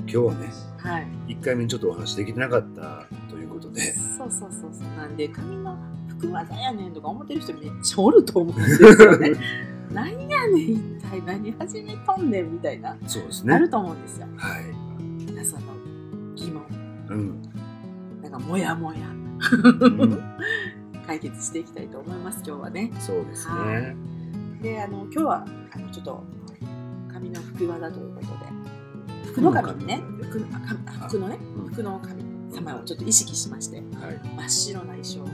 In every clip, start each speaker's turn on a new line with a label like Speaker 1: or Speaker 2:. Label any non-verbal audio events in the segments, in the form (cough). Speaker 1: 今日はね
Speaker 2: はい。
Speaker 1: 1回目にちょっとお話できてなかったということで
Speaker 2: そうそうそうそう。なんで、髪の服技やねんとか思ってる人めっちゃおると思うんですよ (laughs) ね。何やねん、一体何始めとんねんみたいな、
Speaker 1: そうです
Speaker 2: な
Speaker 1: ね
Speaker 2: ると思うんですよ。
Speaker 1: はい、
Speaker 2: 皆さんの疑問、 (laughs)
Speaker 1: うん
Speaker 2: なんかモヤモヤ
Speaker 1: うん、
Speaker 2: 解決していきたいと思います、今日はね。
Speaker 1: そうです
Speaker 2: は
Speaker 1: ね
Speaker 2: で、あの、今日は、あの、ちょっと、髪の服技ということで、服の髪ね、服のあ髪あ服のね、
Speaker 1: うん
Speaker 2: 服の髪様をちょっと意識しまして、
Speaker 1: はい
Speaker 2: 真っ白な衣装を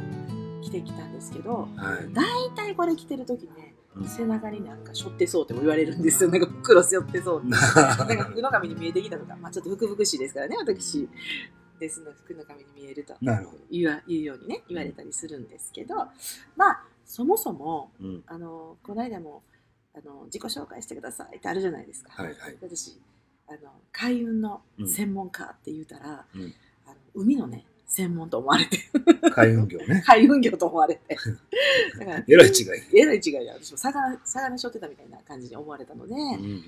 Speaker 2: 着てきたんですけど、
Speaker 1: はい
Speaker 2: 大体これ着てる時ね
Speaker 1: うん
Speaker 2: 背中になんか背負ってそうっても言われる
Speaker 1: (laughs)
Speaker 2: んですよなんか袋背負ってそうってなんか服の髪に見えてきたとか、まあ、ちょっと福々しいですからね私ですので服の髪に見えると
Speaker 1: なるほど
Speaker 2: 言わ言うようにね言われたりするんですけどまあそもそも
Speaker 1: (laughs) うん
Speaker 2: あのこの間もあの自己紹介してくださいってあるじゃないですか、
Speaker 1: はいはい
Speaker 2: 私あの海運の専門家って言うたら、
Speaker 1: うんうん
Speaker 2: あの海のね専門と思われて
Speaker 1: 海運業ね
Speaker 2: 海運業と思われ
Speaker 1: (laughs)
Speaker 2: てだから
Speaker 1: えらい違い、
Speaker 2: えらい違いや私も魚魚しょってたみたいな感じに思われたので、
Speaker 1: う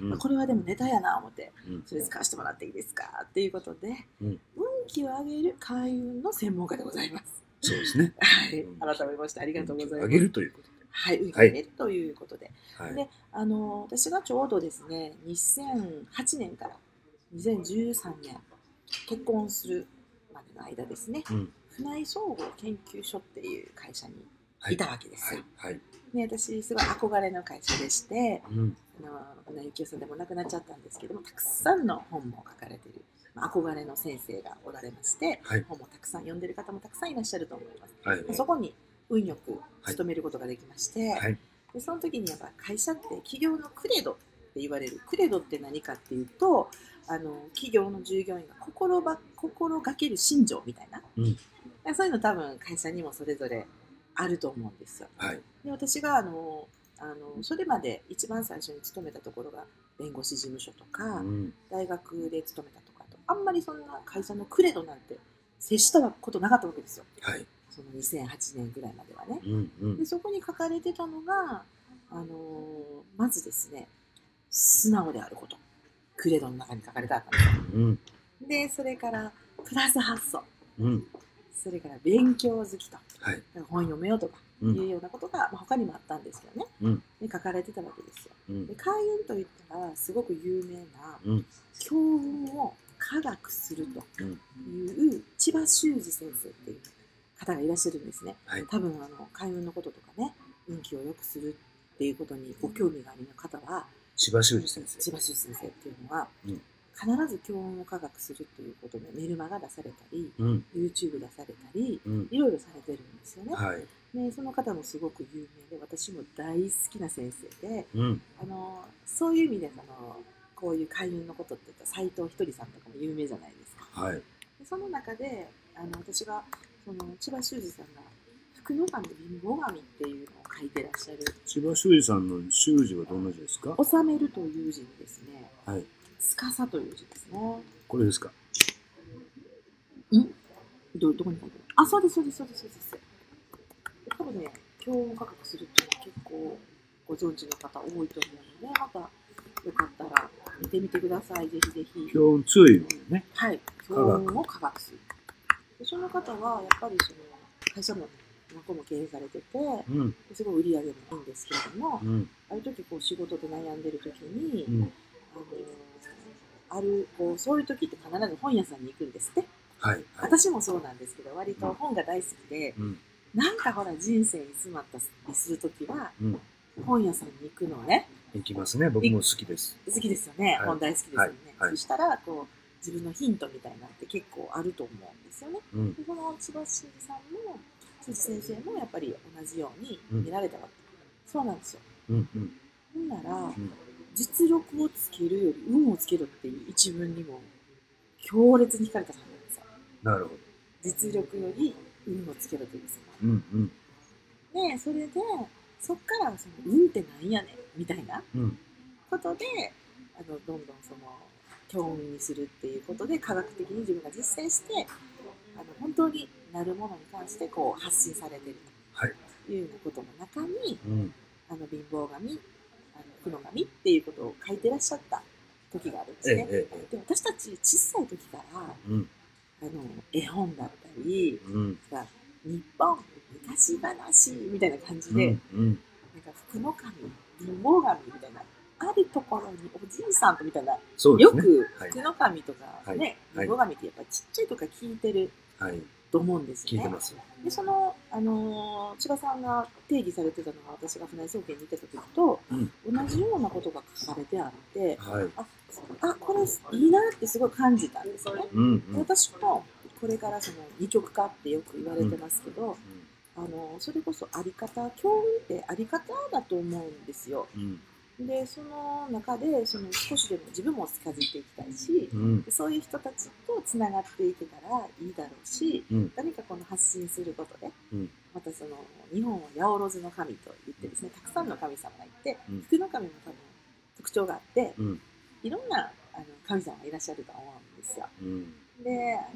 Speaker 1: んうん
Speaker 2: これはでもネタやな思って
Speaker 1: うん
Speaker 2: それ使わせてもらっていいですかっていうことで、
Speaker 1: うん
Speaker 2: 運気を上げる開運の専門家でございます (laughs)
Speaker 1: そうですね
Speaker 2: はい
Speaker 1: うん
Speaker 2: 改めましてありがとうございます
Speaker 1: あげるというこ
Speaker 2: はい運気を
Speaker 1: はい
Speaker 2: 上げるということで、
Speaker 1: とはい、
Speaker 2: であの私がちょうどですね2008年から2013年結婚するまでの間ですね
Speaker 1: うん
Speaker 2: 船井総合研究所っていう会社にいたわけです
Speaker 1: は
Speaker 2: よ
Speaker 1: い、はい、
Speaker 2: ね、私すごい憧れの会社でして
Speaker 1: うん、
Speaker 2: あの小田幸雄さんでも亡くなっちゃったんですけどもたくさんの本も書かれている、まあ、憧れの先生がおられまして、
Speaker 1: はい
Speaker 2: 本もたくさん読んでる方もたくさんいらっしゃると思います、
Speaker 1: はい、
Speaker 2: そこに運よく勤めることができまして、
Speaker 1: はい
Speaker 2: でその時にやっぱ会社って企業のクレドって言われるクレドって何かっていうとあの企業の従業員が心ば心がける信条みたいな、
Speaker 1: うん
Speaker 2: そういうの多分会社にもそれぞれあると思うんですよ
Speaker 1: はい、
Speaker 2: で私があのあのそれまで一番最初に勤めたところが弁護士事務所と
Speaker 1: う
Speaker 2: か、
Speaker 1: ん、
Speaker 2: 大学で勤めたとかとあんまりそんな会社のクレドなんて接したことなかったわけですよ
Speaker 1: はい、
Speaker 2: その2008年ぐらいまではね
Speaker 1: うん、う
Speaker 2: で
Speaker 1: ん、
Speaker 2: そこに書かれてたのがあのまずですね素直であることクレドの中に書かれてあったんですよ
Speaker 1: うん、
Speaker 2: でそれからプラス発想
Speaker 1: うん、
Speaker 2: それから勉強好きと
Speaker 1: はい、
Speaker 2: なんか本読めようとか
Speaker 1: う、
Speaker 2: いうんようなことが、まあ、他にもあったんですけどね、
Speaker 1: うん
Speaker 2: で書かれてたわけですよ。
Speaker 1: うん
Speaker 2: で、開運といったらすごく有名な
Speaker 1: うん
Speaker 2: 強運を科学するという千葉修二先生っていう方がいらっしゃるんですね。
Speaker 1: はい
Speaker 2: 多分あの開運のこととかね運気を良くするっていうことにご興味がありの方は
Speaker 1: 千葉修二先生。
Speaker 2: 千葉修二先生っていうのは、
Speaker 1: うん
Speaker 2: 必ず強運を科学するっていうことのメルマが出されたり
Speaker 1: うん、
Speaker 2: YouTube 出されたり
Speaker 1: うん、
Speaker 2: いろいろされてるんですよね。
Speaker 1: はい、
Speaker 2: ね、その方もすごく有名で私も大好きな先生で
Speaker 1: うん、
Speaker 2: あのそういう意味でそのこういう開運のことって言ったら斎藤ひとりさんとかも有名じゃないですか
Speaker 1: はい、
Speaker 2: でその中であの私がその千葉修二さんが「福の神貧乏神」っていうのを書いてらっしゃる
Speaker 1: 千葉修二さんの修二はどんな字ですか。
Speaker 2: 「収める」という字にですね
Speaker 1: はい、
Speaker 2: 「司という字ですね
Speaker 1: これですか。
Speaker 2: どどこに書いてあるあそうですそうですそうですそうです多分ね教音価格するって結構ご存知の方多いと思うのでまたよかったら見てみてくださいぜひぜひ
Speaker 1: 強運強いのね。
Speaker 2: はい教
Speaker 1: 学
Speaker 2: 音を科学するでその方はやっぱりその会社も何個も経営されてて
Speaker 1: うん、
Speaker 2: すごい売り上げもいいんですけれども
Speaker 1: うん、
Speaker 2: ある時こう仕事で悩んでる時に、
Speaker 1: うん、
Speaker 2: あのあるこうそういう時って必ず本屋さんに行くんですって
Speaker 1: はい、はい。
Speaker 2: 私もそうなんですけど割と本が大好きで、
Speaker 1: うん、
Speaker 2: なんかほら人生に詰まったりするときは
Speaker 1: うん、
Speaker 2: 本屋さんに行くのね
Speaker 1: いきますね。僕も好きです。
Speaker 2: 好きですよね、
Speaker 1: はい
Speaker 2: 本大好きですよね、
Speaker 1: はいはい
Speaker 2: そしたらこう自分のヒントみたいなのって結構あると思うんですよね
Speaker 1: うん、
Speaker 2: でこの千葉真司さんも辻先生もやっぱり同じように
Speaker 1: うん
Speaker 2: 見られたわけ、そうなんですよ
Speaker 1: うん、うん、
Speaker 2: ほんなら
Speaker 1: うん、
Speaker 2: 実力をつけるより運をつけるっていう一文にも強烈に惹かれたそうなんですよ
Speaker 1: なるほど。
Speaker 2: 実力より運をつけるというさ
Speaker 1: うん、うん、
Speaker 2: でそれでそっからその運ってなんやねんみたいな
Speaker 1: うん、
Speaker 2: ことであのどんどんその興味にするっていうことで科学的に自分が実践してあの本当になるものに関してこう発信されてる
Speaker 1: はい
Speaker 2: というようなことの中に
Speaker 1: うん、
Speaker 2: あの貧乏神あの苦の神っていうことを書いてらっしゃった時があるんです
Speaker 1: ええ
Speaker 2: ね。
Speaker 1: えええ
Speaker 2: で私たち小さい時からあ
Speaker 1: えうん
Speaker 2: の絵本だったり
Speaker 1: うん
Speaker 2: 日本昔話みたいな感じ
Speaker 1: うん
Speaker 2: で、
Speaker 1: うん
Speaker 2: なんか福の神貧乏神みたいなあるところにおじいさんとみたいな、
Speaker 1: そうで
Speaker 2: よ
Speaker 1: すね
Speaker 2: く
Speaker 1: はい
Speaker 2: 福の神とかね、
Speaker 1: はい
Speaker 2: 貧乏神ってやっぱちっちゃいとか聞いてる
Speaker 1: はい
Speaker 2: と思うんです
Speaker 1: 聞い
Speaker 2: ね
Speaker 1: て。ます
Speaker 2: でその、あのー千葉さんが定義されてたのが私が船井総研にいた時と
Speaker 1: うん
Speaker 2: 同じようなことが書かれてあって
Speaker 1: はい
Speaker 2: ああこれいいなってすごい感じたんですよね。
Speaker 1: うんうん
Speaker 2: で私もこれからその二極化ってよく言われてますけど、あのそれこそあり方教運ってあり方だと思うんですよ
Speaker 1: うん
Speaker 2: でその中でその少しでも自分も近づいていきたいし
Speaker 1: うん
Speaker 2: そういう人たちとつながっていけたらいいだろうし
Speaker 1: うん
Speaker 2: 何かこの発信することで、
Speaker 1: うん
Speaker 2: またその日本は八百万の神と言ってですねたくさんの神様がいて、
Speaker 1: うん
Speaker 2: 福の神も多分特徴があって
Speaker 1: うん
Speaker 2: いろんなあの神様がいらっしゃると思うんですよ。
Speaker 1: うん
Speaker 2: で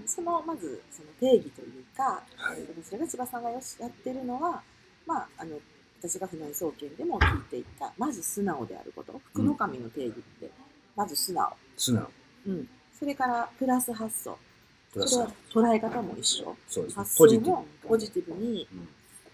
Speaker 2: そのまずその定義というか
Speaker 1: はい
Speaker 2: それが千葉さんがよしやってるのは、まあ、あの私が船井総研でも聞いていたまず素直であること福の神の定義って、まず素直、
Speaker 1: 素直
Speaker 2: うん、それからプラス発想
Speaker 1: プラス
Speaker 2: それは捉え方も一緒
Speaker 1: そうですね
Speaker 2: 発
Speaker 1: ポ
Speaker 2: 想
Speaker 1: ジティ
Speaker 2: も
Speaker 1: ブ
Speaker 2: ポジティブに
Speaker 1: うん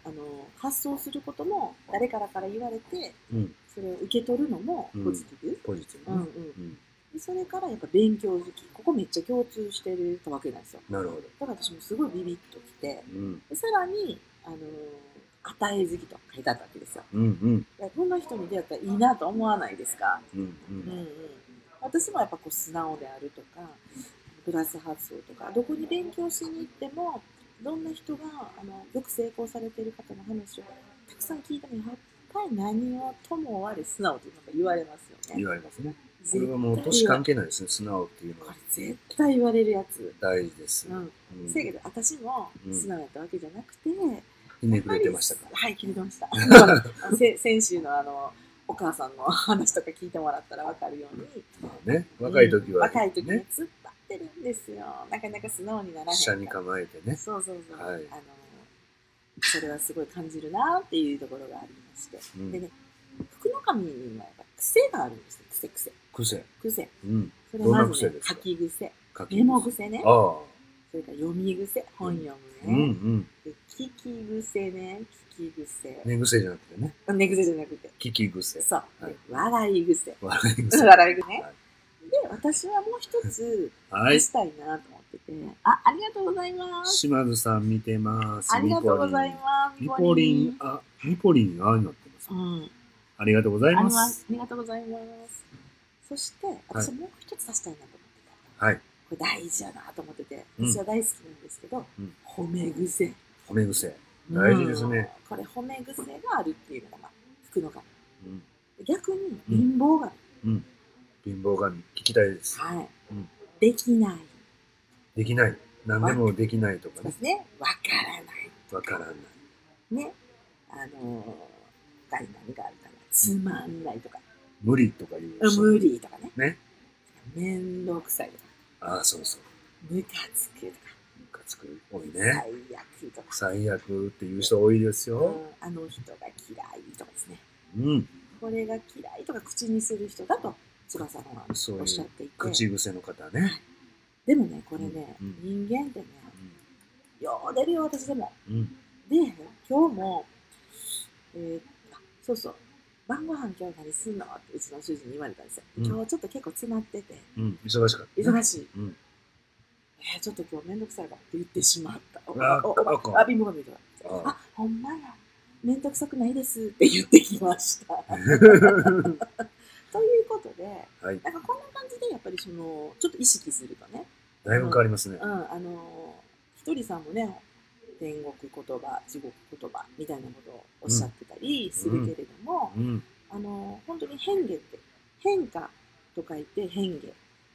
Speaker 2: あの発想することも誰からから言われて
Speaker 1: うん
Speaker 2: それを受け取るのもポジティブ、
Speaker 1: ポジティ
Speaker 2: う
Speaker 1: ブ
Speaker 2: んうん
Speaker 1: ねうん
Speaker 2: でそれからやっぱ勉強好きここめっちゃ共通してるわけなんですよ
Speaker 1: なるほど
Speaker 2: だから私もすごいビビッときて
Speaker 1: うん
Speaker 2: でさらに、あのー与え好きと書いてあったわけですよ
Speaker 1: うんうん
Speaker 2: いやこんな人に出会ったらいいなと思わないですか、
Speaker 1: うんう
Speaker 2: うん
Speaker 1: ん
Speaker 2: 私もやっぱこう素直であるとかプラス発想とかどこに勉強しに行ってもどんな人があのよく成功されてる方の話をたくさん聞いてもやっぱり何はともあれ素直ってなんか言われますよね
Speaker 1: 言われますねこれはもう年
Speaker 2: 絶対
Speaker 1: 関係ないですね素直っていうの
Speaker 2: こ
Speaker 1: は
Speaker 2: れ絶対言われるやつ、
Speaker 1: 大事です
Speaker 2: うん、
Speaker 1: うん
Speaker 2: せやけど私も素直やったわけじゃなくて、
Speaker 1: ひねくれてましたか
Speaker 2: はい、切れてました。 (laughs) あのせ先週のあのお母さんの話とか聞いてもらったら分かるように、
Speaker 1: まあね若い時は
Speaker 2: うん若い時に突っ
Speaker 1: ね
Speaker 2: 張ってるんですよ。なかなか素直にならない。
Speaker 1: 下に構えてね
Speaker 2: そうそうそう。
Speaker 1: はい
Speaker 2: あのそれはすごい感じるなっていうところがありまして、
Speaker 1: うん
Speaker 2: でね、福の神にもやっぱ癖があるんですよ。癖癖
Speaker 1: 癖
Speaker 2: 癖。
Speaker 1: うん
Speaker 2: それま
Speaker 1: どんな癖
Speaker 2: ずね
Speaker 1: で、す
Speaker 2: 書
Speaker 1: か
Speaker 2: き癖、
Speaker 1: 書き
Speaker 2: メモ癖ね、
Speaker 1: ああ
Speaker 2: それから読み癖、本読
Speaker 1: う
Speaker 2: む
Speaker 1: んう
Speaker 2: ね、
Speaker 1: ん
Speaker 2: で聞き癖ね、聞き癖、
Speaker 1: 寝癖じゃなくてね
Speaker 2: 寝癖じゃなくて、
Speaker 1: 聞き癖
Speaker 2: そう、
Speaker 1: はい
Speaker 2: 笑い癖。
Speaker 1: 笑い癖
Speaker 2: 笑い癖ね
Speaker 1: はい。
Speaker 2: で、私はもう一つ、
Speaker 1: はい
Speaker 2: したいなと思ってて、あ、ありがとうございます。
Speaker 1: 島津さん見てます
Speaker 2: ありがとうございます。
Speaker 1: ニポリンニポリン
Speaker 2: ニ
Speaker 1: あニポリンああになってます
Speaker 2: ポリン。うん。
Speaker 1: ありがとうござい
Speaker 2: あり
Speaker 1: ま
Speaker 2: ます
Speaker 1: す。
Speaker 2: ありがとうございます。そして、私はもう一つ出したいなと思ってて、
Speaker 1: はい
Speaker 2: これ大事やなと思ってて、
Speaker 1: うん
Speaker 2: 私は大好きなんですけど、
Speaker 1: うん
Speaker 2: 褒め癖。
Speaker 1: 褒め癖大事です
Speaker 2: うん
Speaker 1: ね。
Speaker 2: これ褒め癖があるっていうのが、まあ、福の神。
Speaker 1: うん
Speaker 2: 逆に、貧乏神。
Speaker 1: 貧乏神聞きたいです
Speaker 2: はい。
Speaker 1: うん
Speaker 2: できない。
Speaker 1: できない何でもできないとか
Speaker 2: で
Speaker 1: ね
Speaker 2: すね。わからない。
Speaker 1: わからない
Speaker 2: ね、あのー、他に何があるかな、つまんないとか、
Speaker 1: 無理とか言う人
Speaker 2: 無理とかね、
Speaker 1: ね
Speaker 2: めんどくさいとか、
Speaker 1: ああそうそう
Speaker 2: ムカつくとか、
Speaker 1: ムカつく多い
Speaker 2: 最
Speaker 1: ね
Speaker 2: 悪とか、
Speaker 1: 最悪っていう人多いです
Speaker 2: う
Speaker 1: よ
Speaker 2: んあの人が嫌いとかですね、
Speaker 1: うん
Speaker 2: これが嫌いとか口にする人だと、翼さんは
Speaker 1: そういう
Speaker 2: おっしゃっていて、
Speaker 1: 口癖の方ね
Speaker 2: でもね、これね、
Speaker 1: うん
Speaker 2: 人間ってね、よう出るよ、私でも。
Speaker 1: うん
Speaker 2: で、今日も、えーあそうそう、晩ご飯今日何すんのってうちの主人に言われたんですよ。
Speaker 1: うん
Speaker 2: 今日ちょっと結構詰まってて、
Speaker 1: うん忙しかったね
Speaker 2: 忙しい、
Speaker 1: うん
Speaker 2: えーちょっと今日めんどくさいわって言ってしまった。お
Speaker 1: あ
Speaker 2: お
Speaker 1: あ
Speaker 2: おあ、貧乏神とか。
Speaker 1: あ
Speaker 2: あ、ほんまや。めんどくさくないですって言ってきました。
Speaker 1: あ
Speaker 2: ということで、
Speaker 1: はい
Speaker 2: なんかこんな感じでやっぱりその、ちょっと意識するとね、
Speaker 1: だいぶ変わりますね
Speaker 2: うん、あの、ひとりさんもね、天国言葉、地獄言葉みたいなことをおっしゃってたりするけれども、
Speaker 1: うん
Speaker 2: あの、本当に変化って、変化と書いて変化。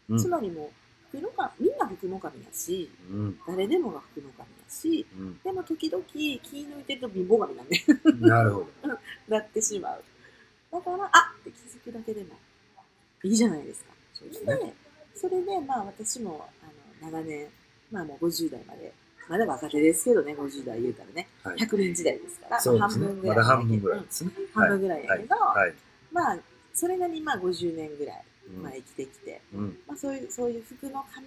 Speaker 1: うん
Speaker 2: つまりもう、福の神みんな福の神やし、
Speaker 1: うん
Speaker 2: 誰でもが福の神だし、でも時々気抜いてると貧乏神なんで、
Speaker 1: うんなるほど
Speaker 2: (laughs) なってしまう。だから、あって気づくだけでもいいじゃないですか。
Speaker 1: そうですね
Speaker 2: で、それでまあ私もあの長年、まあもう50代まで、まだ若手ですけどね、50代言うたらね、
Speaker 1: はい
Speaker 2: 100年時代ですから、
Speaker 1: そうですねまだ半分ぐらい
Speaker 2: ぐらい
Speaker 1: ですね
Speaker 2: 半
Speaker 1: はい
Speaker 2: 分ぐらいやけど、
Speaker 1: はい
Speaker 2: まあそれなりにまあ50年ぐらい
Speaker 1: うん
Speaker 2: まあ、生きてきて、
Speaker 1: うん
Speaker 2: まあ、そういうそういう服の神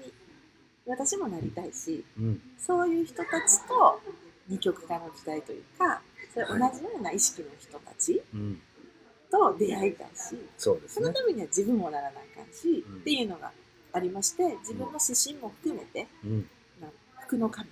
Speaker 2: 私もなりたいし
Speaker 1: うん
Speaker 2: そういう人たちと二極化の時代というかそれ同じような意識の人たち
Speaker 1: うん
Speaker 2: と出会いたいし
Speaker 1: そうです
Speaker 2: その
Speaker 1: ね。
Speaker 2: ためには自分もならなあかんし、
Speaker 1: うん
Speaker 2: っていうのがありまして自分の指針も含めて
Speaker 1: うん
Speaker 2: 服の神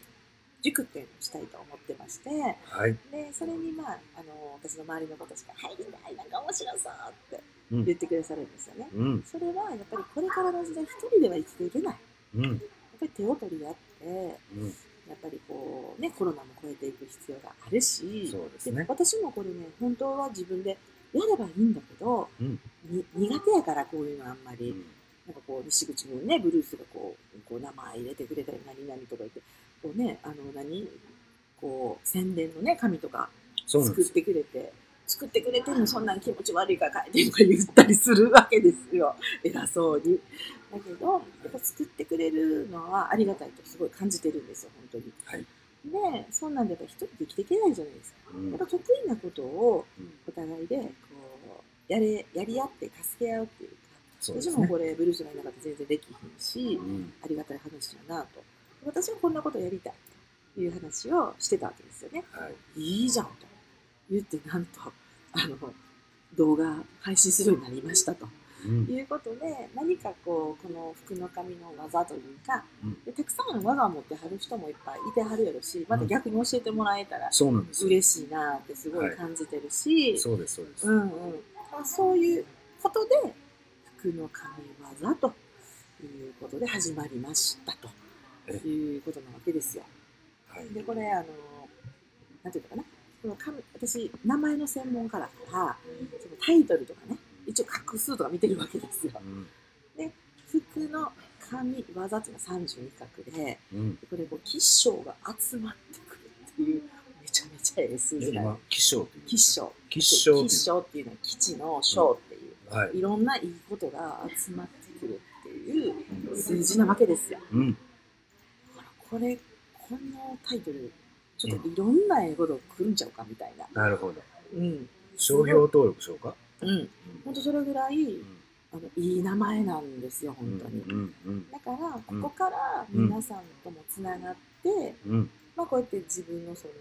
Speaker 2: 塾っていうのをしたいと思ってまして
Speaker 1: はい
Speaker 2: でそれにまああの私の周りの子たちが「入りたいなんか面白そう」って
Speaker 1: うん
Speaker 2: 言ってくださるんですよね。
Speaker 1: うん
Speaker 2: それはやっぱりこれからの時代一人では生きていけないや
Speaker 1: うん
Speaker 2: っぱり手を取り合って
Speaker 1: うん
Speaker 2: やっぱりこうねコロナも超えていく必要があるし
Speaker 1: そうですね
Speaker 2: で私もこれね本当は自分でやればいいんだけど、
Speaker 1: うん
Speaker 2: に苦手やからこういうのあんま
Speaker 1: う
Speaker 2: り、
Speaker 1: ん
Speaker 2: なんかこう西口もねブルースがこうこう名前入れてくれたり何々とか言ってこうねあの何こう宣伝のね紙とか
Speaker 1: そうなん
Speaker 2: 作
Speaker 1: で
Speaker 2: っ
Speaker 1: す。
Speaker 2: てくれて作ってくれてもそんなん気持ち悪いから書いてとか言ったりするわけですよ (laughs) 偉そうにだけどやっぱ作ってくれるのはありがたいとすごい感じてるんですよ本当に、でそんなんでやっぱ一人で生きていけないじゃないですか
Speaker 1: うん
Speaker 2: やっぱ得意なことを
Speaker 1: うん
Speaker 2: お互いでこうやれやり合って助け合うっていうか
Speaker 1: そうで
Speaker 2: 私
Speaker 1: す
Speaker 2: も
Speaker 1: ね。
Speaker 2: これブルースがいなかったら全然できひんし
Speaker 1: うん
Speaker 2: ありがたい話だなと私はこんなことやりたいという話をしてたわけですよね
Speaker 1: はい
Speaker 2: いいじゃんと言ってなんとあの動画配信するようになりましたと
Speaker 1: うん
Speaker 2: いうことで何かこうこの服の髪の技というか
Speaker 1: うん
Speaker 2: でたくさん技を持ってはる人もいっぱいいてはるやろしまた逆に教えてもらえたら
Speaker 1: そうなんです。
Speaker 2: 嬉しいなってすごい感じてるし、
Speaker 1: そうですそうです
Speaker 2: う。んうん、そういうことで服の神業ということで始まりましたと
Speaker 1: え
Speaker 2: いうことなわけですよ。
Speaker 1: はい
Speaker 2: でこれあのなんていうのかなこの神私名前の専門家だからそのタイトルとかね一応画数とか見てるわけですよ。
Speaker 1: うん
Speaker 2: 服の神業っていうのは32画で
Speaker 1: うん。
Speaker 2: これこう吉祥が集まってくるっていうめちゃめちゃええ数
Speaker 1: え
Speaker 2: 字なの
Speaker 1: 今吉祥っていう。
Speaker 2: 吉祥
Speaker 1: 吉祥っていう
Speaker 2: 吉祥っていうのは吉の祥っていう。
Speaker 1: はい。
Speaker 2: いろんないいことが集まってくるっていう数字なわけですよ。
Speaker 1: うん
Speaker 2: ほらこれ、このタイトル、ちょっといろんな英語で来るんちゃうかみたいな。
Speaker 1: なるほど。
Speaker 2: うん。
Speaker 1: 商標登録しようか。
Speaker 2: うん。
Speaker 1: う
Speaker 2: ほんとそれぐらい
Speaker 1: ん
Speaker 2: あのいい名前なんですよ、
Speaker 1: う
Speaker 2: 本
Speaker 1: ん
Speaker 2: 当に。
Speaker 1: うんうん
Speaker 2: だから、こ
Speaker 1: うん
Speaker 2: こから皆さんともつながって、
Speaker 1: うん
Speaker 2: まあこうやって自分のその、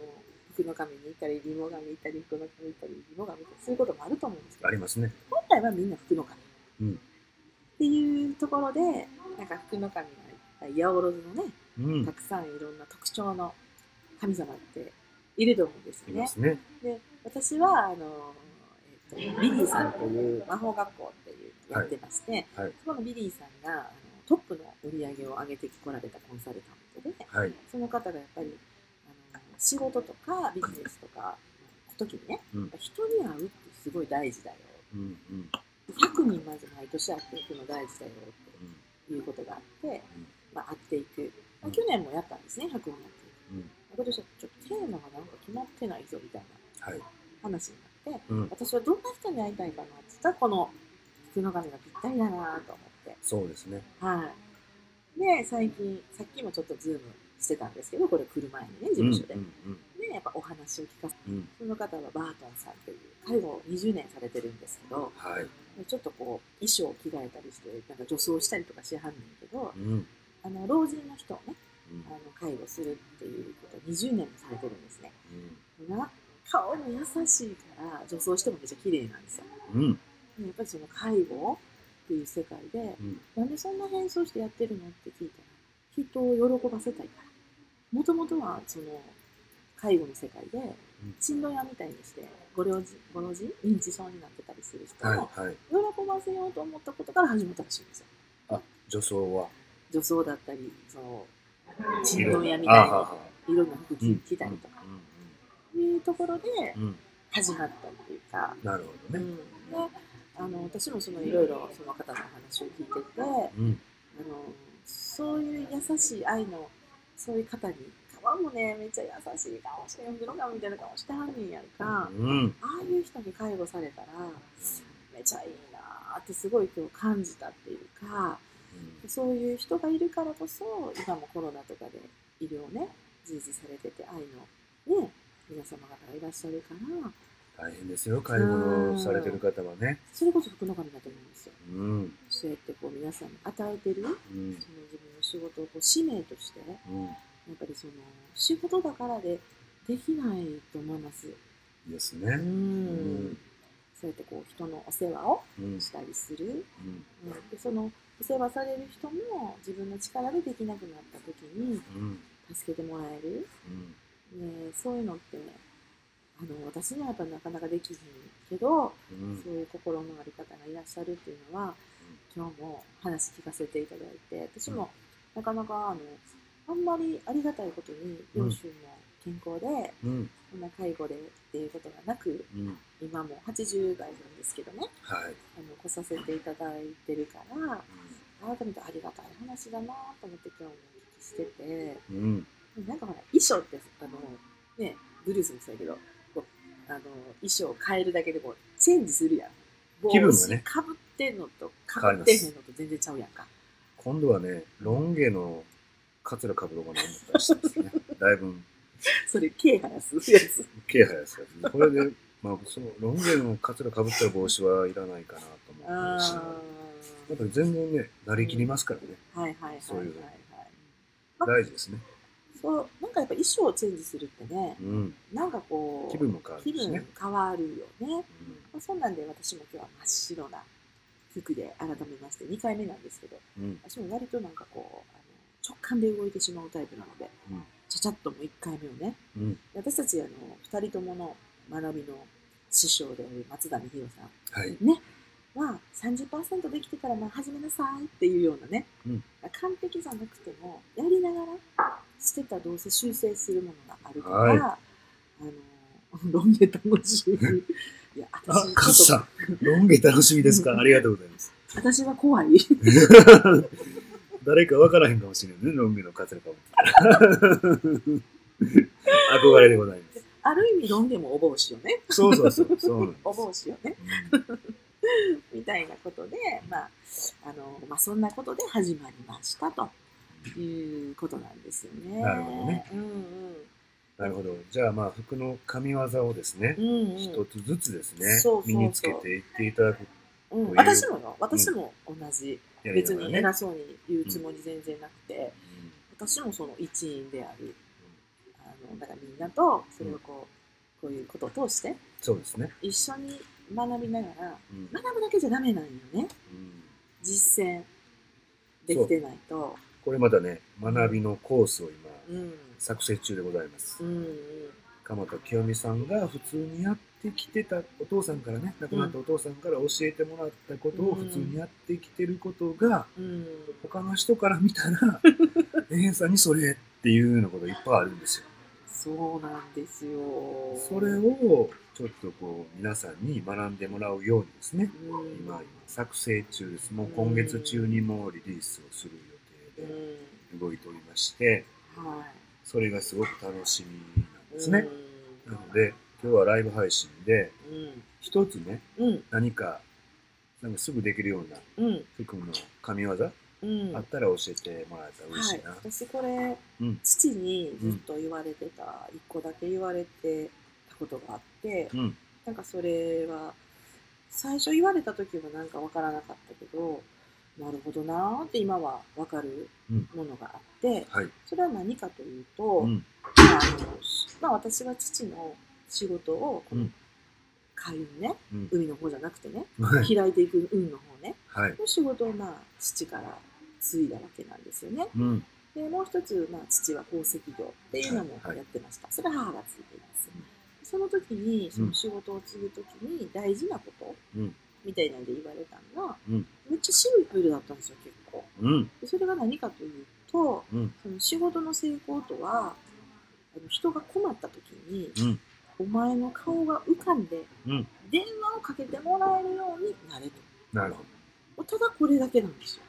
Speaker 2: 服の神に行ったり、リモ神に行ったり、服の神に行ったり、リモ神に行ったり、そういうこともあると思うんですけど
Speaker 1: あ、りますね。
Speaker 2: 本来はみんな福の神、
Speaker 1: うん
Speaker 2: っていうところでなんか福の神がいっぱい八百万のね
Speaker 1: うん
Speaker 2: たくさんいろんな特徴の神様っていると思うんです
Speaker 1: い
Speaker 2: よね
Speaker 1: ま。すね。
Speaker 2: で私はあの、えっとビリーさんという魔法学校っていうやってまして、
Speaker 1: はいはい
Speaker 2: そこのビリーさんがあのトップの売り上げを上げてこられたコンサルタントで
Speaker 1: はい。
Speaker 2: その方がやっぱりあの仕事とかビジネスとかの時にね、
Speaker 1: うん
Speaker 2: やっぱ人に会うってすごい大事だよ
Speaker 1: うんうん
Speaker 2: 100人まず毎年会っていくの大事だよ
Speaker 1: うん
Speaker 2: っていうことがあって、まあ、会っていく、まあ、去年もやったんですね100人会っていく
Speaker 1: うん
Speaker 2: 今年はちょっとテーマがなんか決まってないぞみたいな
Speaker 1: はい。
Speaker 2: 話になって、
Speaker 1: うん
Speaker 2: 私はどんな人に会いたいかなって言ったらこの服の神がぴったりだなと思って
Speaker 1: そうですね。
Speaker 2: はいで最近さっきもちょっとズームしてたんですけどこれ来る前にね事務所で、
Speaker 1: うん
Speaker 2: でやっぱお話を聞かせて
Speaker 1: うんうん
Speaker 2: その方はバートンさんっていう介護を20年されてるんですけど
Speaker 1: はい。
Speaker 2: でちょっとこう衣装を着替えたりしてなんか女装したりとかしはんねんけど
Speaker 1: うんうん
Speaker 2: あの老人の人をねあの介護するっていうことを20年もされてるんですねな顔も優しいから女装してもめっちゃ綺麗なんですよ
Speaker 1: うんうん
Speaker 2: でやっぱりその介護っていう世界で
Speaker 1: うん
Speaker 2: なんでそんな変装してやってるのって聞いたら人を喜ばせたいからもともとはその介護の世界で診療屋みたいにしてご老人ご老人認知症になってたりする人
Speaker 1: はい
Speaker 2: を
Speaker 1: はい。
Speaker 2: 喜ばせようと思ったことから始まったらしいんですよ
Speaker 1: あ女装は。
Speaker 2: 女装だったりそのちんどん屋みたい
Speaker 1: あは
Speaker 2: な
Speaker 1: は。
Speaker 2: いろんな服着着たりとか
Speaker 1: うん
Speaker 2: いうところで
Speaker 1: うんうん。
Speaker 2: 始まったっていうか、
Speaker 1: なるほ
Speaker 2: う
Speaker 1: どね。
Speaker 2: ん、であの私もそのいろいろその方の話を聞いててあの
Speaker 1: うん
Speaker 2: そういう優しい愛のそういう方に顔もねめっちゃ優しい顔してるのかみたいな顔してはんねんやんか、
Speaker 1: うん
Speaker 2: ああいう人に介護されたらめちゃいいなーってすごい今日感じたっていうか。そういう人がいるからこそ今もコロナとかで医療ね従事されてて愛のね皆様方がいらっしゃるから
Speaker 1: 大変ですよ、買い物されてる方はね。
Speaker 2: それこそ福の神だと思うんですよ。
Speaker 1: うん。
Speaker 2: そうやってこう皆さんに与えてる、
Speaker 1: うん
Speaker 2: そ。の自分の仕事をこう使命として、や
Speaker 1: うん。
Speaker 2: っぱりその仕事だからでできないと思います。
Speaker 1: です
Speaker 2: う
Speaker 1: ね。
Speaker 2: ん。そうやってこう人のお世話を
Speaker 1: うん。
Speaker 2: したりする。
Speaker 1: うん。
Speaker 2: うんでそのお世話される人も自分の力でできなくなった時に
Speaker 1: うん。
Speaker 2: 助けてもらえる。
Speaker 1: うん。
Speaker 2: ね、そういうのってね、あの私にはやっぱなかなかできひんけど、
Speaker 1: うん
Speaker 2: そ。ういう心のあり方がいらっしゃるっていうのは、今日も話聞かせていただいて、私もなかなかあのあんまりありがたいことに
Speaker 1: うん
Speaker 2: 両親も健康で、
Speaker 1: うん。
Speaker 2: そんな介護でっていうことがなく、
Speaker 1: うん。
Speaker 2: 今も80代なんですけどね、
Speaker 1: はい。
Speaker 2: あの来させていただいてるから、改めてありがたい話だなと思って今日もお聞きしてて。
Speaker 1: うん。
Speaker 2: なんかほら衣装ってあのねブルースもそうやけどこうあの衣装を変えるだけでもチェンジするやん
Speaker 1: 気分がね
Speaker 2: かぶってんのとか
Speaker 1: 変わり
Speaker 2: ぶっ
Speaker 1: ます
Speaker 2: てへんのと全然ちゃうやんか
Speaker 1: 今度はね、ロン毛のカツラかぶろうかなと思ったりしてますね。だいぶ、
Speaker 2: それ軽はやするや
Speaker 1: (laughs)
Speaker 2: つ
Speaker 1: 気配ですよね。これで、まあ、そのロン毛のカツラかぶった帽子はいらないかなと思ったりして。
Speaker 2: あ
Speaker 1: やっぱり全然ね、なりきりますからね。
Speaker 2: ーはいはいはい
Speaker 1: そう
Speaker 2: はいいうはいあ
Speaker 1: 大事ですね。
Speaker 2: そうなんかやっぱ衣装をチェンジするってね
Speaker 1: うん。
Speaker 2: なんかこう
Speaker 1: 気分も変わる
Speaker 2: 気
Speaker 1: しね
Speaker 2: 分。変わるよねまあそんなんで私も今日は真っ白な服で改めまして2回目なんですけど
Speaker 1: うん。うん。
Speaker 2: 私も割となんかこうあの直感で動いてしまうタイプなので、
Speaker 1: うん
Speaker 2: ちゃちゃっともう1回目をね
Speaker 1: うん。
Speaker 2: 私たちあの2人ともの学びの師匠である松田美弘さん
Speaker 1: はい。
Speaker 2: ねは30%できてからまあ始めなさいっていうようなね、
Speaker 1: うん
Speaker 2: 完璧じゃなくてもやりながらしてたらどうせ修正するものがあるから、
Speaker 1: はい
Speaker 2: あのロン毛楽
Speaker 1: (laughs)
Speaker 2: しいいや
Speaker 1: あ、
Speaker 2: 私
Speaker 1: カズさん、ロン毛楽しみですかありがとうございます。
Speaker 2: 私は怖い (laughs)
Speaker 1: (laughs) 誰か分からへんかもしれないね、ロン毛のカツラかぶってたら。 (laughs) 憧れでございます。
Speaker 2: ある意味ロン毛もお帽子よね
Speaker 1: そうそうそう、そう
Speaker 2: (laughs)
Speaker 1: なんです。
Speaker 2: お帽子よねみたいなことで、まああのまあ、そんなことで始まりましたということなんですよね。
Speaker 1: なるほどね
Speaker 2: うん
Speaker 1: なるほど。じゃあまあ、服の神業をですね
Speaker 2: う、んうん
Speaker 1: 一つずつですね
Speaker 2: そうそうそう、
Speaker 1: 身につけていっていただく。
Speaker 2: うん
Speaker 1: こういう
Speaker 2: 私もよ、私も同じ、
Speaker 1: やり
Speaker 2: 別
Speaker 1: ながら
Speaker 2: に
Speaker 1: ね
Speaker 2: 偉そうに言うつもり全然なくて、私もその一員である、あのだからみんなとそれをこう,、こういうことを通して、
Speaker 1: そうですね。
Speaker 2: 一緒に学びながら、
Speaker 1: うん
Speaker 2: 学ぶだけじゃダメなんよね、
Speaker 1: うん
Speaker 2: 実践できてないと。
Speaker 1: これまたね、学びのコースを今、
Speaker 2: うん
Speaker 1: 作成中でございます
Speaker 2: う。んうん
Speaker 1: 鎌田清美さんが普通にやってきてたお父さんからね亡くなったお父さんから教えてもらったことを
Speaker 2: うん
Speaker 1: 普通にやってきてることが
Speaker 2: うん、
Speaker 1: 他の人から見たら永遠さんにそれっていうようなこといっぱいあるんですよ。
Speaker 2: そうなんですよ。
Speaker 1: それ、をちょっとこう皆さんに学んでもらうようにですね
Speaker 2: うん、
Speaker 1: 今今作成中ですもう今月中にもうリリースをする予
Speaker 2: うん
Speaker 1: 定、で動いておりまして
Speaker 2: は
Speaker 1: それがすごく楽しみなん
Speaker 2: い。
Speaker 1: ですね。なので今日はライブ配信で
Speaker 2: うん、
Speaker 1: 一つね
Speaker 2: うん、
Speaker 1: 何か、なんかすぐできるような
Speaker 2: うん、
Speaker 1: 福の神業、
Speaker 2: うん。
Speaker 1: あったら教えてもらえたら嬉し
Speaker 2: はいい
Speaker 1: な。、
Speaker 2: 私これ、
Speaker 1: うん
Speaker 2: 父にずっと言われてた一個だけ言われてたことがあって、
Speaker 1: うん。
Speaker 2: なんかそれは最初言われた時はなんかわからなかったけどなるほどなーって今はわかるものがあって、
Speaker 1: はい。
Speaker 2: それは何かというと、
Speaker 1: うん。
Speaker 2: まああのまあ、私は父の仕事をこ
Speaker 1: う
Speaker 2: の
Speaker 1: ん
Speaker 2: 海運ね、
Speaker 1: うん (laughs)
Speaker 2: 海の方じゃなくてね
Speaker 1: はい。
Speaker 2: 開いていく運の方ね
Speaker 1: はい。
Speaker 2: の仕事をまあ父から継いだわけなんですよね
Speaker 1: うん。
Speaker 2: でもう一つ、まあ、父は宝石業っていうのも
Speaker 1: はい
Speaker 2: やってました、それは母が継いでいますその時にその仕事を継ぐ時に大事なこと、
Speaker 1: うん
Speaker 2: みたいなんで言われたのが、
Speaker 1: うん
Speaker 2: めっちゃシンプルだったんですよ結構
Speaker 1: うん。
Speaker 2: でそれが何かというと、
Speaker 1: うん。
Speaker 2: その仕事の成功とはあの人が困った時に、
Speaker 1: うん
Speaker 2: お前の顔が浮かんで、
Speaker 1: うん
Speaker 2: 電話をかけてもらえるようになれと
Speaker 1: なるほど。
Speaker 2: ただこれだけなんですよ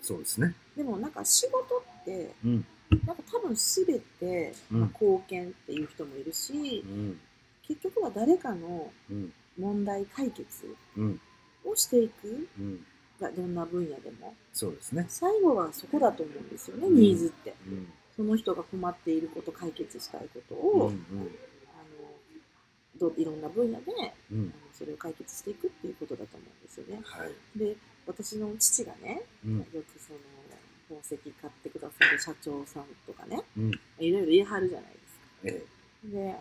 Speaker 1: そうですね。
Speaker 2: でもなんか仕事って
Speaker 1: うん。
Speaker 2: なんか多分全て、
Speaker 1: うん
Speaker 2: まあ、貢献っていう人もいるし、
Speaker 1: うん。
Speaker 2: 結局は誰かの
Speaker 1: うん。
Speaker 2: 問題解決
Speaker 1: うん。
Speaker 2: をしていく
Speaker 1: うん。
Speaker 2: がどんな分野でも
Speaker 1: そうですね。
Speaker 2: 最後はそこだと思うんですよね、
Speaker 1: うん
Speaker 2: ニーズって
Speaker 1: うん。
Speaker 2: その人が困っていること解決したいこと
Speaker 1: う
Speaker 2: を、
Speaker 1: ん。
Speaker 2: あのどいろんな分野で
Speaker 1: う
Speaker 2: あの
Speaker 1: ん。
Speaker 2: それを解決していくっていうことだと思うんですよね。
Speaker 1: はい。
Speaker 2: で私の父がね
Speaker 1: うん。
Speaker 2: よくその宝石買ってくださる社長さんとかね、
Speaker 1: うん
Speaker 2: いろいろ言い張るじゃないですか。
Speaker 1: ええ。
Speaker 2: であの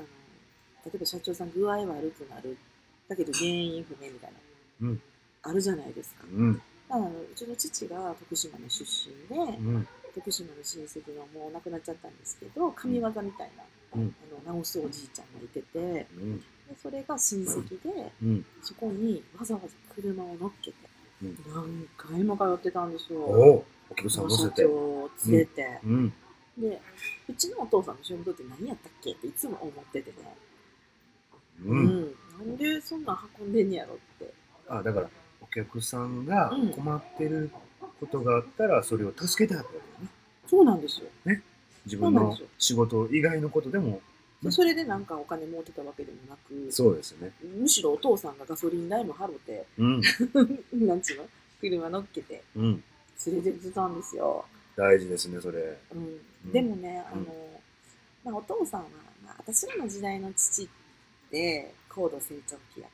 Speaker 2: 例えば社長さん具合悪くなるだけど原因不明みたいな、
Speaker 1: うん
Speaker 2: あるじゃないですか。
Speaker 1: うん。
Speaker 2: だからうちの父が徳島の出身で、
Speaker 1: うん。
Speaker 2: 徳島の親戚のもう亡くなっちゃったんですけど神業みたいな、
Speaker 1: うん
Speaker 2: あの直すおじいちゃんがいててで
Speaker 1: うん。
Speaker 2: それが親戚で、
Speaker 1: うん。
Speaker 2: そこにわざわざ車を乗っけて、
Speaker 1: うん
Speaker 2: 何回も通ってたんでし
Speaker 1: お
Speaker 2: ょう。
Speaker 1: お。お客さんを乗
Speaker 2: その
Speaker 1: せ
Speaker 2: 社
Speaker 1: て
Speaker 2: 長。を連れて、
Speaker 1: うん。
Speaker 2: でうちのお父さんの仕事って何やったっけっていつも思っててね、
Speaker 1: う。
Speaker 2: うんんなんでそんなん運んでんねやろって
Speaker 1: あ、だから、お客さんが
Speaker 2: うん
Speaker 1: 困ってることがあったら、それを助けてはったわけだね。
Speaker 2: そうなんですよ
Speaker 1: 自分
Speaker 2: そうなん
Speaker 1: の
Speaker 2: ですよ
Speaker 1: 仕事以外のことでも。
Speaker 2: でそれでなんかお金儲けたわけでもなく
Speaker 1: そうですね。
Speaker 2: むしろお父さんがガソリン代も払って (laughs)
Speaker 1: うん。
Speaker 2: なんちゅうの車乗っけて
Speaker 1: うん。
Speaker 2: 連れてってたんですよ、
Speaker 1: 大事ですね、それ。
Speaker 2: うん
Speaker 1: うん
Speaker 2: でもね、
Speaker 1: うん
Speaker 2: あの、まあ、お父さんは、まあ、私らの時代の父って高度成長期だか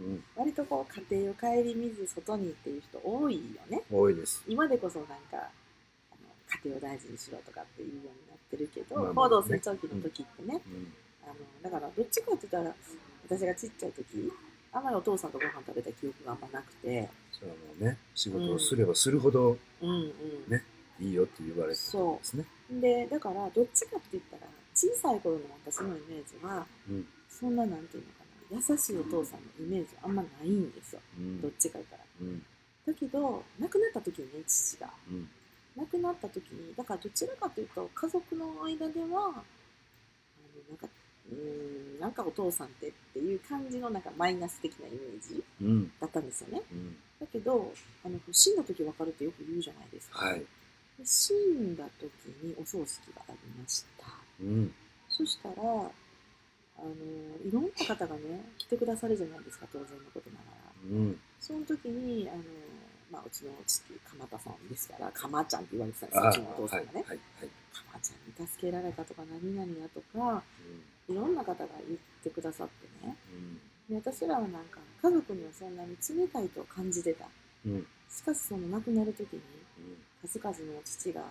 Speaker 2: ら
Speaker 1: うん。
Speaker 2: 割とこう家庭を顧みず外にっていう人多いよね
Speaker 1: 多いです。
Speaker 2: 今でこそなんかあの家庭を大事にしろとかっていうようになってるけど、
Speaker 1: まあまあ
Speaker 2: 高
Speaker 1: ね
Speaker 2: 度成長期の時ってね、
Speaker 1: うん。
Speaker 2: あのだからどっちかって言ったら私がちっちゃい時あんまりお父さんとご飯食べた記憶があんまなくて
Speaker 1: それはもうね、仕事をすればするほど
Speaker 2: うんうん、
Speaker 1: ねいいよって言われてたんですね。
Speaker 2: でだからどっちかって言ったら小さい頃の私のイメージは
Speaker 1: うん。
Speaker 2: そんななんていうのかな優しいお父さんのイメージあんまないんですよ
Speaker 1: う
Speaker 2: どっ
Speaker 1: ん。
Speaker 2: ちか言ったら。
Speaker 1: うん。
Speaker 2: だけど亡くなった時にね父が
Speaker 1: うん。
Speaker 2: 亡くなった時にだからどちらかというと家族の間ではあのなんかうーんなんかお父さんってっていう感じのなんかマイナス的なイメージ
Speaker 1: うん。
Speaker 2: だったんですよね
Speaker 1: うん。
Speaker 2: だけどあの死んだ時分かるってよく言うじゃないですか、
Speaker 1: はい。
Speaker 2: で死んだ時にお葬式がありました
Speaker 1: うん。
Speaker 2: そしたらあのいろんな方がね来てくださるじゃないですか当然のことながら
Speaker 1: うん。
Speaker 2: その時にあの、まあ、うちの父鎌田さんですから鎌ちゃんって言われてたんで
Speaker 1: あ
Speaker 2: す
Speaker 1: はい
Speaker 2: うちのお父さ
Speaker 1: は
Speaker 2: ん
Speaker 1: い
Speaker 2: がね
Speaker 1: はい。
Speaker 2: 鎌ちゃんに助けられたとか何々やとかいろんな方が言ってくださってね
Speaker 1: うん。
Speaker 2: で私らはなんか家族にはそんなに冷たいと感じてた
Speaker 1: うん。うん。
Speaker 2: しかしその亡くなる時に数々の父が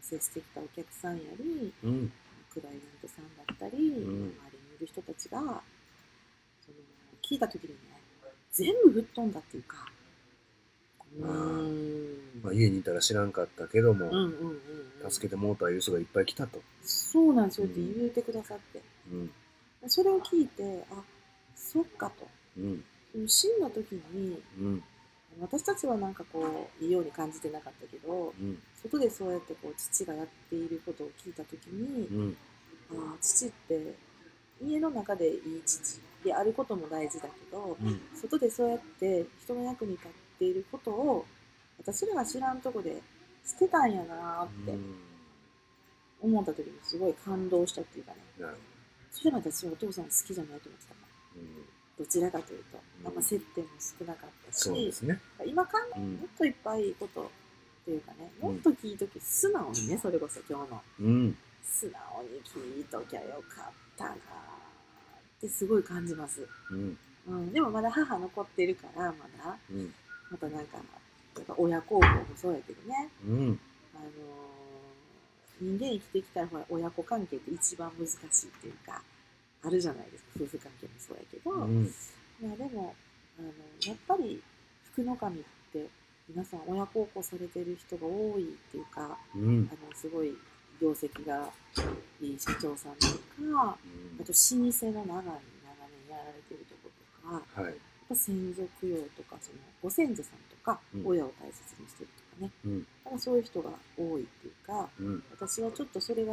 Speaker 2: 接してきたお客さんやり
Speaker 1: うん。
Speaker 2: クライアントさんだったり、
Speaker 1: ん
Speaker 2: 周りにいる人たちがその聞いた時にね全部吹っ飛んだっていうかう
Speaker 1: あー
Speaker 2: ーん
Speaker 1: まあ家にいたら知らんかったけど
Speaker 2: うん
Speaker 1: も、
Speaker 2: うんうんうん、
Speaker 1: 助けてもうたいう人がいっぱい来たと。
Speaker 2: そうなんですよって言うてくださって、
Speaker 1: うん。
Speaker 2: それを聞いてあそっかと
Speaker 1: うん。
Speaker 2: 死んだ時に
Speaker 1: うん。
Speaker 2: 私たちはなんかこういいように感じてなかったけど
Speaker 1: うん。
Speaker 2: 外でそうやってこう父がやっていることを聞いた時に、
Speaker 1: うん。
Speaker 2: ああ父って家の中でいい父であることも大事だけど
Speaker 1: うん。
Speaker 2: 外でそうやって人の役に立っていることを私らが知らんとこでしてたんやなーって思った時にすごい感動したっていうかね
Speaker 1: なるほ
Speaker 2: それまで私はお父さん好きじゃないと思ってたから
Speaker 1: ど。うん。
Speaker 2: どちらかというと
Speaker 1: うん
Speaker 2: あんま接点も少なかったし、
Speaker 1: そうですね。
Speaker 2: 今考
Speaker 1: う
Speaker 2: えもっ
Speaker 1: ん。
Speaker 2: といっぱいいいことっていうかね
Speaker 1: うん
Speaker 2: もっと聞いとき素直にねそれこそ今日の
Speaker 1: うん。
Speaker 2: 素直に聞いときゃよかったなーってすごい感じます、
Speaker 1: うん。
Speaker 2: うん、でもまだ母残ってるからまだ
Speaker 1: うん。
Speaker 2: またなんかやっぱ親孝行もそうやけどね、
Speaker 1: うん。
Speaker 2: あのー人間生きてきたらほら親子関係って一番難しいっていうかあるじゃないですか夫婦関係もそうやけど、
Speaker 1: うん。
Speaker 2: まあでもあのやっぱり福の神って皆さん親孝行されてる人が多いっていうか
Speaker 1: うん
Speaker 2: あ。のすごい業績がいい社長さんとかあと老舗の長い長年やられてるとことかやっ
Speaker 1: はい。
Speaker 2: ぱ先祖供養とかそのご先祖さんとか
Speaker 1: うん
Speaker 2: 親を大切にしてるとかね、
Speaker 1: うん。
Speaker 2: だからそういう人が多いっていうか
Speaker 1: うん。
Speaker 2: 私はちょっとそれが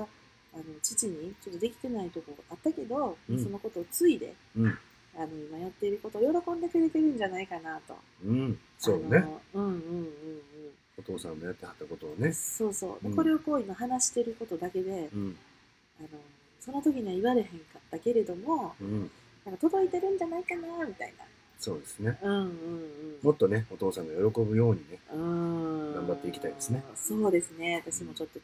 Speaker 2: あの父にちょっとできてないとこがあったけど、
Speaker 1: うん
Speaker 2: そのことを継いで
Speaker 1: うん。
Speaker 2: あの今やっていることを喜んでくれてるんじゃないかなと。
Speaker 1: うん。そう
Speaker 2: あ
Speaker 1: ね。
Speaker 2: のうんうんうん
Speaker 1: お父さんのやってはったことを
Speaker 2: う
Speaker 1: ね
Speaker 2: ん。。そうそう。で
Speaker 1: うん
Speaker 2: これをこう今話してることだけで、
Speaker 1: うん。
Speaker 2: あのその時には言われへんかったけれども、
Speaker 1: うん。
Speaker 2: なんか届いてるんじゃないかなみたい
Speaker 1: そうですね。
Speaker 2: な。うんうんうん。
Speaker 1: もっとね、お父さんが喜ぶようにね。
Speaker 2: うん
Speaker 1: 頑張っていきたいですね。
Speaker 2: そうですね。私もちょっと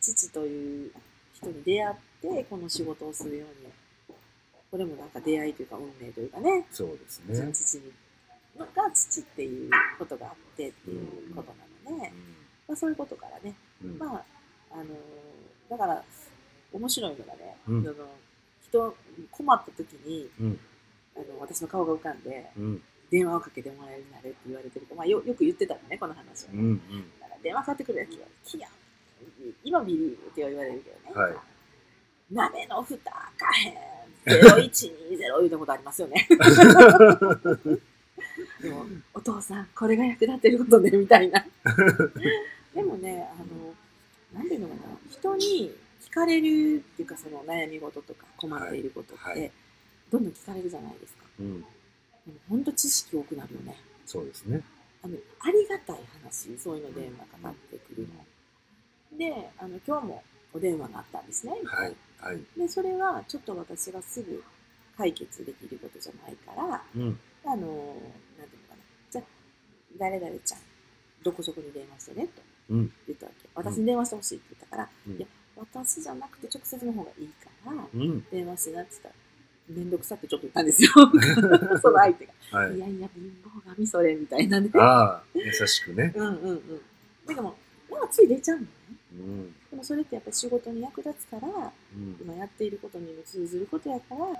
Speaker 2: 父という人に出会ってこの仕事をするように。これもなんか出会いというか運命というかね、
Speaker 1: そうです
Speaker 2: その
Speaker 1: ね。
Speaker 2: 父にのが父っていうことがあってっていうことなので、まあ、そういうことからね、
Speaker 1: うんうん
Speaker 2: まああのーだから面白いのがね、
Speaker 1: うん
Speaker 2: その人困った時に
Speaker 1: うん
Speaker 2: あの私の顔が浮かんで
Speaker 1: うん
Speaker 2: 電話をかけてもらえるなれって言われてると、まあ、よよく言ってたのねこの話を、
Speaker 1: うんうん
Speaker 2: だから電話かかってくるやつは「キヤ今ビリーブ」って言われるけどね、 (laughs)
Speaker 1: はい
Speaker 2: 鍋の蓋かへん0120言うたことありますよねでもお父さんこれが役立ってることねみた
Speaker 1: (laughs)
Speaker 2: いなでもねあのなんていうのかな人に聞かれるっていうかその悩み事とか困っていることって、
Speaker 1: はいはい
Speaker 2: どんどん聞かれるじゃないですか
Speaker 1: うん
Speaker 2: でも本当知識多くなるよね
Speaker 1: そうですね。
Speaker 2: あのありがたい話そういうの電話かかってくるのであの今日もお電話があったんですね、
Speaker 1: はいはい。
Speaker 2: でそれはちょっと私がすぐ解決できることじゃないから
Speaker 1: うん
Speaker 2: あのなんていうのかなじゃあ誰々ちゃんどこそこに電話してねと
Speaker 1: うん
Speaker 2: 言ったわけ、私に電話してほしいって言ったから、
Speaker 1: うん
Speaker 2: いや私じゃなくて直接の方がいいから
Speaker 1: うん
Speaker 2: 電話しなって言ったら面倒くさってちょっと言った
Speaker 1: (laughs)
Speaker 2: んですよその相手が、、
Speaker 1: はいい。
Speaker 2: やいや貧乏神それみたいなね
Speaker 1: ああ優しくね。
Speaker 2: うんうんうんだからもうなんかつい出ちゃうのね
Speaker 1: うん
Speaker 2: でもそれってやっぱ仕事に役立つから
Speaker 1: うん
Speaker 2: 今やっていることにも通ずることやからあの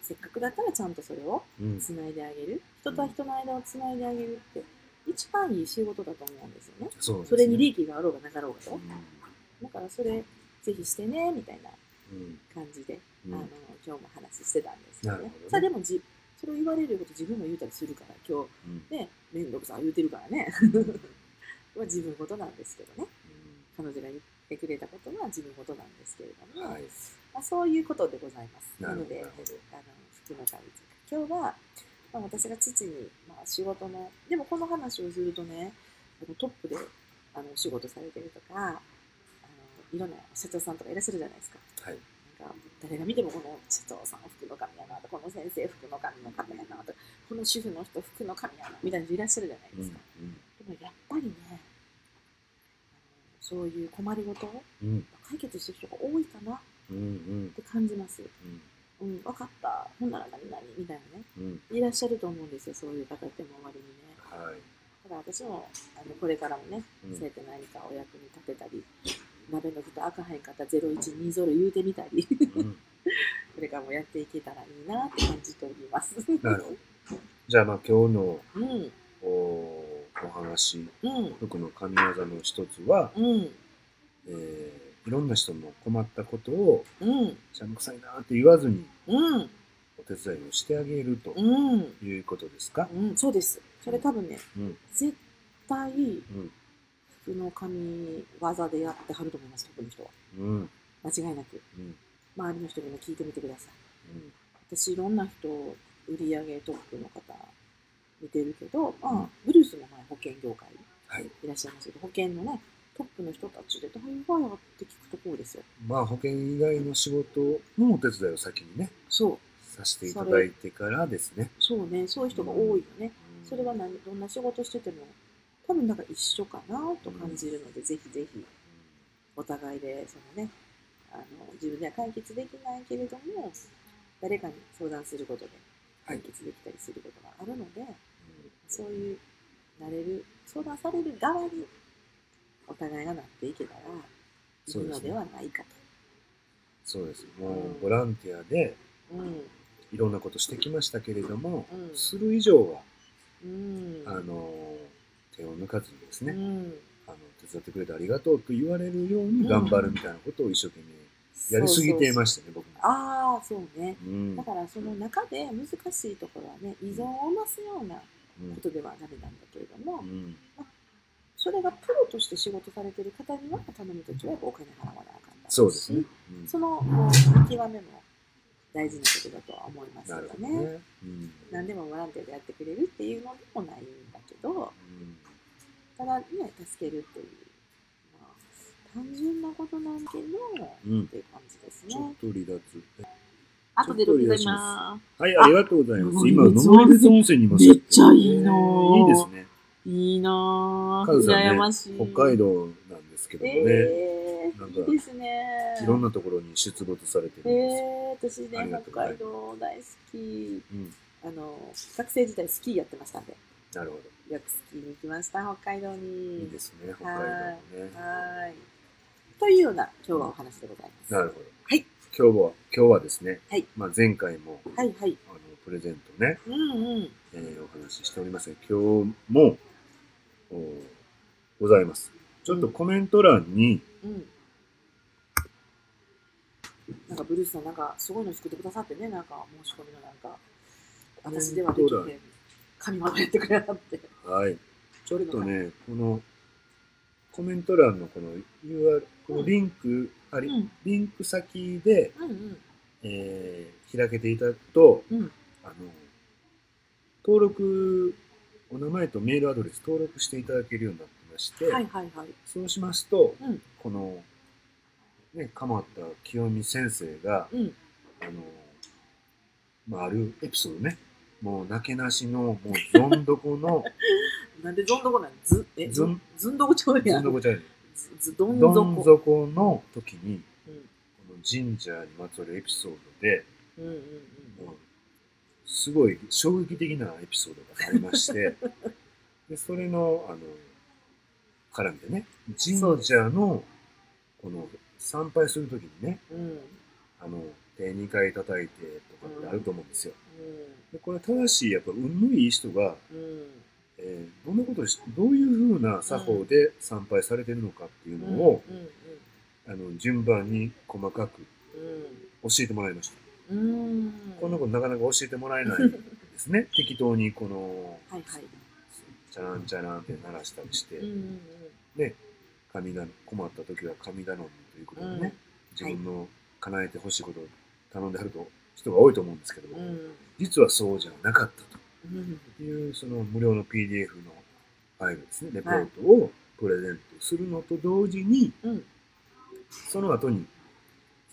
Speaker 2: せっかくだったらちゃんとそれを
Speaker 1: うん
Speaker 2: つないであげる人と人の間をつないであげるって一番いい仕事だと思うんですよね
Speaker 1: そうですね。
Speaker 2: それに利益があろうがなかろうが
Speaker 1: う
Speaker 2: と
Speaker 1: ん
Speaker 2: だからそれぜひしてねみたいな
Speaker 1: うん
Speaker 2: 感じで、
Speaker 1: うん
Speaker 2: あの今日も話してたんですけどね
Speaker 1: なるほどね
Speaker 2: さあでもじそれを言われること自分も言うたりするから今
Speaker 1: うん
Speaker 2: 日ね面倒くさい言うてるからね (laughs) まあ自分事なんですけどね彼女が言ってくれたことは自分事なんですけれども、
Speaker 1: はい
Speaker 2: まあ、そういうことでございます。
Speaker 1: な
Speaker 2: な
Speaker 1: るほ
Speaker 2: の
Speaker 1: ど
Speaker 2: で、あ
Speaker 1: な
Speaker 2: の
Speaker 1: るほど
Speaker 2: 福の神というか、今日は、まあ、私が父に、まあ、仕事の、でもこの話をするとね、あのトップであのお仕事されてるとか、あのいろんな社長さんとかいらっしゃるじゃないですか。
Speaker 1: はい。
Speaker 2: なんか誰が見てもこの社長さん福の神やなとこの先生福の神の方やなとこの主婦の人福の神やなみたいな人いらっしゃるじゃないですか、でもやっぱりねあのそういう困りごとを
Speaker 1: うんうん
Speaker 2: 解決してる人が多いかなっ
Speaker 1: うんうん
Speaker 2: て感じます。
Speaker 1: うん
Speaker 2: うん、分かった、ほんなら何々みたいなね、
Speaker 1: うん
Speaker 2: いらっしゃると思うんですよ、そういう方って周りにね。
Speaker 1: はい。
Speaker 2: ただ私もあのこれからもね、
Speaker 1: うん
Speaker 2: そうやって何かお役に立てたり、鍋の蓋開かへんかった0120言うてみたり、 (laughs)
Speaker 1: うん
Speaker 2: これからもやっていけたらいいなって感じております。
Speaker 1: なるほど。じゃあまあ今日の
Speaker 2: うん、
Speaker 1: おお話
Speaker 2: うん、
Speaker 1: 僕の神業の一つは、
Speaker 2: うん、
Speaker 1: えーいろんな人の困ったことを
Speaker 2: うん、
Speaker 1: 邪魔くさいなって言わずに
Speaker 2: うん、
Speaker 1: お手伝いをしてあげると
Speaker 2: うん、
Speaker 1: いうことですか、
Speaker 2: うん、そうです。それ多分ね、
Speaker 1: うん
Speaker 2: 絶対、
Speaker 1: うん
Speaker 2: 服の神技でやってはると思います、特に人は。
Speaker 1: うん
Speaker 2: 間違いなく。
Speaker 1: うん
Speaker 2: 周りの人にも聞いてみてください。
Speaker 1: うん
Speaker 2: 私いろんな人売り上げトップの方見てるけど、まあ
Speaker 1: うん
Speaker 2: ブルースも前保険業界
Speaker 1: はい
Speaker 2: いらっしゃいますけど保険のねトップの人たちで大概やって聞くところですよ
Speaker 1: まあ保険以外の仕事のお手伝いを先にね
Speaker 2: そう
Speaker 1: させていただいてからですね
Speaker 2: そうねそういう人が多いよね、それは何どんな仕事してても多分なんか一緒かなと感じるので、ぜひぜひお互いでそのねあの自分では解決できないけれども誰かに相談することで解決できたりすることがあるので、そういう、なれる、相談される側に、お互いがなっていけたら、い
Speaker 1: そう
Speaker 2: い
Speaker 1: で
Speaker 2: の
Speaker 1: すね
Speaker 2: ではないか
Speaker 1: そうですもうボランティアで
Speaker 2: と。うん。
Speaker 1: いろんなことしてきましたけれども、
Speaker 2: うん
Speaker 1: する以上は
Speaker 2: うん。
Speaker 1: あの手を抜かずにですね、
Speaker 2: うん。
Speaker 1: あの手伝ってくれてありがとうと言われるように頑張るみたいなことを一生懸命やりすぎていま
Speaker 2: し
Speaker 1: したね、僕も。
Speaker 2: た。ああ、そうね。
Speaker 1: うん
Speaker 2: だから、その中で難しいところはね、依存を増すようなことではダメなんだけれども、
Speaker 1: うん
Speaker 2: それがプロとして仕事されてる方には、頼むときはやっぱお金払わなあかんだろし
Speaker 1: そうですね。。うん
Speaker 2: その、もう見極めも大事なことだとは思います
Speaker 1: な
Speaker 2: よ
Speaker 1: るほど
Speaker 2: ね。
Speaker 1: ね。うん
Speaker 2: 何でもボランティアでやってくれるっていうのでもないんだけど
Speaker 1: うん
Speaker 2: ただね助けるっていう、まあ、単純なことなんだけどっ
Speaker 1: うん
Speaker 2: ていう感じです
Speaker 1: ちょっ
Speaker 2: ね。
Speaker 1: と離脱。
Speaker 2: あとで録画し
Speaker 1: ま
Speaker 2: ま
Speaker 1: はい、ありがとうございます。
Speaker 2: 登
Speaker 1: 今、
Speaker 2: 別
Speaker 1: 登別温泉にいます。
Speaker 2: めっちゃいいなぁ
Speaker 1: いいですね。
Speaker 2: す。いいなぁ、
Speaker 1: カズさんね
Speaker 2: 羨ましい。
Speaker 1: 北海道なんですけどもね。
Speaker 2: えー
Speaker 1: なんか
Speaker 2: いいですね。
Speaker 1: いろんなところに出没されてるんですよ。
Speaker 2: えー、私
Speaker 1: ありが
Speaker 2: ね
Speaker 1: と、うご
Speaker 2: 北
Speaker 1: ざいま
Speaker 2: 海
Speaker 1: す
Speaker 2: 道大好き。
Speaker 1: うん、
Speaker 2: あの、学生時代スキーやってましたんで、
Speaker 1: なるほ
Speaker 2: よくスキーに行きました、北海道
Speaker 1: ど。
Speaker 2: に。
Speaker 1: いいですね、北海道もね。
Speaker 2: はーい。というような、今日はお話でございます。
Speaker 1: なるほど。
Speaker 2: はい。
Speaker 1: 今日は、今日はですね、
Speaker 2: はい
Speaker 1: まあ前回も、
Speaker 2: はいはい。
Speaker 1: あの、プレゼントね、
Speaker 2: うんうん。
Speaker 1: えーお話ししておりますが、今日も、おございます。ちょっとコメント欄に、
Speaker 2: うん。なんかブルースさん、なんかすごいの作ってくださってね、なんか申し込みのなんか、私ではできへ
Speaker 1: 本当だ
Speaker 2: ん。神までやってくれなって。
Speaker 1: はい。ちょっとね、この、コメント欄のこの UR、このリンク、あ
Speaker 2: う
Speaker 1: り、
Speaker 2: ん
Speaker 1: リンク先で、
Speaker 2: うん
Speaker 1: えー開けていただくと、
Speaker 2: うん。うん。
Speaker 1: あの、登録、お名前とメールアドレス登録していただけるようになってまして、
Speaker 2: はいはいはい。
Speaker 1: そうしますと、
Speaker 2: うん
Speaker 1: この、ね、鎌田清美先生が、
Speaker 2: うん。
Speaker 1: あの、まあ、あるエピソードね、もう、なけなしの、もう、どんどこ
Speaker 2: (laughs)
Speaker 1: の、
Speaker 2: なんでどんどこなんず、え、
Speaker 1: ず
Speaker 2: ず
Speaker 1: ん
Speaker 2: ん、ずんどこちょう
Speaker 1: ど
Speaker 2: や
Speaker 1: ん
Speaker 2: ん。
Speaker 1: どこじゃない
Speaker 2: ず、どん
Speaker 1: ど
Speaker 2: ど
Speaker 1: ん
Speaker 2: こ。
Speaker 1: 底の時に、
Speaker 2: うん
Speaker 1: この神社にまつわるエピソードで、
Speaker 2: うんうんう
Speaker 1: も
Speaker 2: ん
Speaker 1: うすごい衝撃的なエピソードがありま
Speaker 2: (laughs)
Speaker 1: して、でそれの、あの、絡みでね、
Speaker 2: そう
Speaker 1: 神
Speaker 2: で
Speaker 1: 社の、この、参拝する時にね、
Speaker 2: うん。うん。
Speaker 1: あの、手2回叩いてとかってあると思うんですよ。
Speaker 2: う
Speaker 1: でこれ正しい、やっぱ運のいい人が、
Speaker 2: ん。うん。
Speaker 1: えーどんなことをし、どういうふうな作法で参拝されてるのかっていうのを、
Speaker 2: うん
Speaker 1: あの、順番に細かく
Speaker 2: うん
Speaker 1: 教えてもらいました。
Speaker 2: うんうん
Speaker 1: こんなことなかなか教えてもらえないです
Speaker 2: (laughs)
Speaker 1: ね。適当にこの、
Speaker 2: はいはい
Speaker 1: チャランチャランって鳴らしたりして、
Speaker 2: うんうん
Speaker 1: で、神頼み困った時は神頼みということでね、
Speaker 2: うん
Speaker 1: 自分の叶えてほしいことを頼んであると人が多いと思うんですけども、
Speaker 2: うんうん
Speaker 1: 実はそうじゃなかった
Speaker 2: うん
Speaker 1: という、その無料の PDF のファイルですね、レポートをプレゼントするのと同時に、
Speaker 2: うん
Speaker 1: その後に、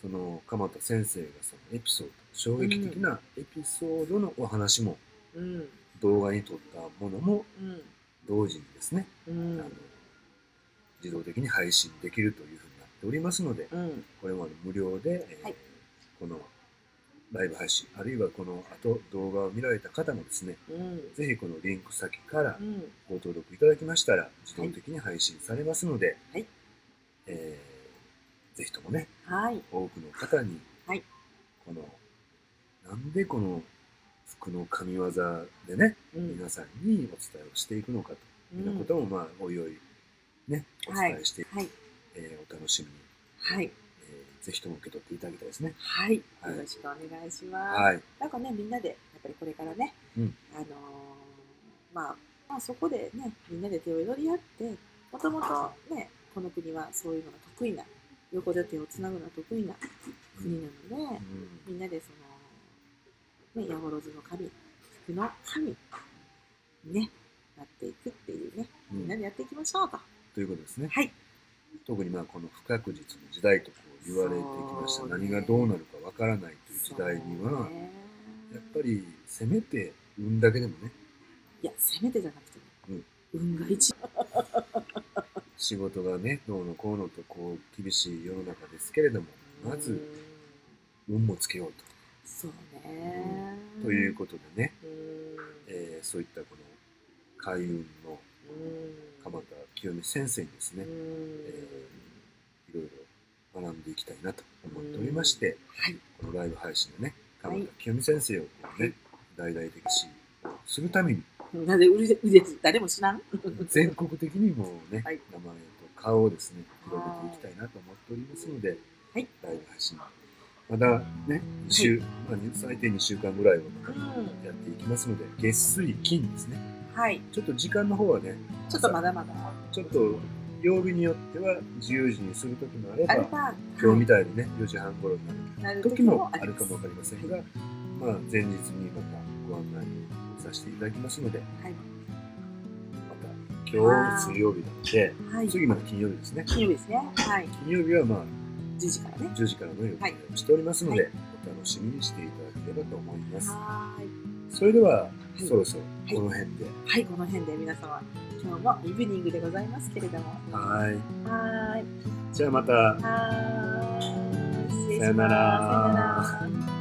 Speaker 1: その鎌田先生がそのエピソード、衝撃的なエピソードのお話も、
Speaker 2: うん
Speaker 1: 動画に撮ったものも
Speaker 2: うん
Speaker 1: 同時にですね、
Speaker 2: うん
Speaker 1: あの自動的に配信できるというふうになっておりますので、
Speaker 2: うん
Speaker 1: これは無料で、えー
Speaker 2: はい
Speaker 1: このライブ配信、あるいはこの後動画を見られた方もですね、
Speaker 2: うん
Speaker 1: ぜひこのリンク先から
Speaker 2: うん
Speaker 1: ご登録いただきましたら、自動的に配信されますので、
Speaker 2: はい
Speaker 1: えーぜひともね、
Speaker 2: はい
Speaker 1: 多くの方に、
Speaker 2: はい
Speaker 1: この、なんでこの服の神業でね、
Speaker 2: うん
Speaker 1: 皆さんにお伝えをしていくのかと。
Speaker 2: う
Speaker 1: ようなこ
Speaker 2: ん
Speaker 1: とも、まあ、おいおい、ね、お
Speaker 2: はい
Speaker 1: 伝えして、
Speaker 2: はい
Speaker 1: えーお楽しみに、
Speaker 2: はい
Speaker 1: えーぜひとも受け取っていただきたいですね。
Speaker 2: はいよ
Speaker 1: はい
Speaker 2: ろしくお願いします
Speaker 1: はい。
Speaker 2: なんかねみんなでやっぱりこれからね
Speaker 1: うん
Speaker 2: あのーまあまあそこでねみんなで手を取り合ってもともとねこの国はそういうのが得意な横で手をつなぐのが得意な
Speaker 1: う
Speaker 2: 国
Speaker 1: ん。
Speaker 2: なので、みんなでその、ね、ヤゴロズの神、福の神、ね、なっていくっていうね、
Speaker 1: う
Speaker 2: みん
Speaker 1: ん
Speaker 2: なでやっていきましょうと。
Speaker 1: ということですね。
Speaker 2: はい。
Speaker 1: 特にまあ、この不確実の時代とこう言われてきました。
Speaker 2: そうね
Speaker 1: 何がどうなるかわからないという時代に
Speaker 2: そ
Speaker 1: は
Speaker 2: う、ね
Speaker 1: やっぱ、り、せめて、運だけでもね、
Speaker 2: いや、せめてじゃなくて、
Speaker 1: うん
Speaker 2: 運が一番。
Speaker 1: 仕事がね、どうのこうのと、こう、厳しい世の中ですけれども、ま
Speaker 2: う
Speaker 1: ず、
Speaker 2: ん
Speaker 1: 運もつけよう
Speaker 2: そうね。
Speaker 1: と。ということでね、
Speaker 2: と。うん。
Speaker 1: えーそういったこの、開運の鎌田清美先生にですね
Speaker 2: う、ん
Speaker 1: えいろいろ学んでいきたいなと思っておりまして、
Speaker 2: はい。
Speaker 1: このライブ配信でね、
Speaker 2: は
Speaker 1: 鎌
Speaker 2: い
Speaker 1: 田清美先生をこうね、大々的にするために、
Speaker 2: なぜ売り売りです誰も知らん
Speaker 1: 全国的にもね、
Speaker 2: はい
Speaker 1: 名前と顔をですね、広げていきたいなと思っておりますので、
Speaker 2: はい
Speaker 1: ライブ配信、またね、2週、まあ、最低2週間ぐらいは
Speaker 2: うん
Speaker 1: やっていきますので、月水金ですね、
Speaker 2: はい。
Speaker 1: ちょっと時間の方はね、
Speaker 2: ちょっとまだまだ。
Speaker 1: ちょっと曜日によっては10時にする時もあれ
Speaker 2: あれ
Speaker 1: ば、
Speaker 2: ば、
Speaker 1: 今日みたいにね、4時半頃になる
Speaker 2: なる
Speaker 1: 時もあるかもわ
Speaker 2: は
Speaker 1: かりませんが、まあ、前日にまたご案内をさせていただきますので、
Speaker 2: い。
Speaker 1: また今日水曜日なので、
Speaker 2: はい。
Speaker 1: 次まで金曜日ですね。
Speaker 2: 金曜日ですね。はい。
Speaker 1: 金曜日はまあ
Speaker 2: 10時からね。
Speaker 1: 10時からの予定をしておりますので、お楽しみにしていただければと思います。
Speaker 2: はーい。
Speaker 1: それでは、
Speaker 2: い
Speaker 1: そろそろ
Speaker 2: い
Speaker 1: この辺で、
Speaker 2: はい、この辺で皆様、今日もイブニングでございますけれども。
Speaker 1: はい。
Speaker 2: はーい。
Speaker 1: じゃあまた。
Speaker 2: はーい。失礼します
Speaker 1: さよなら
Speaker 2: さよなら。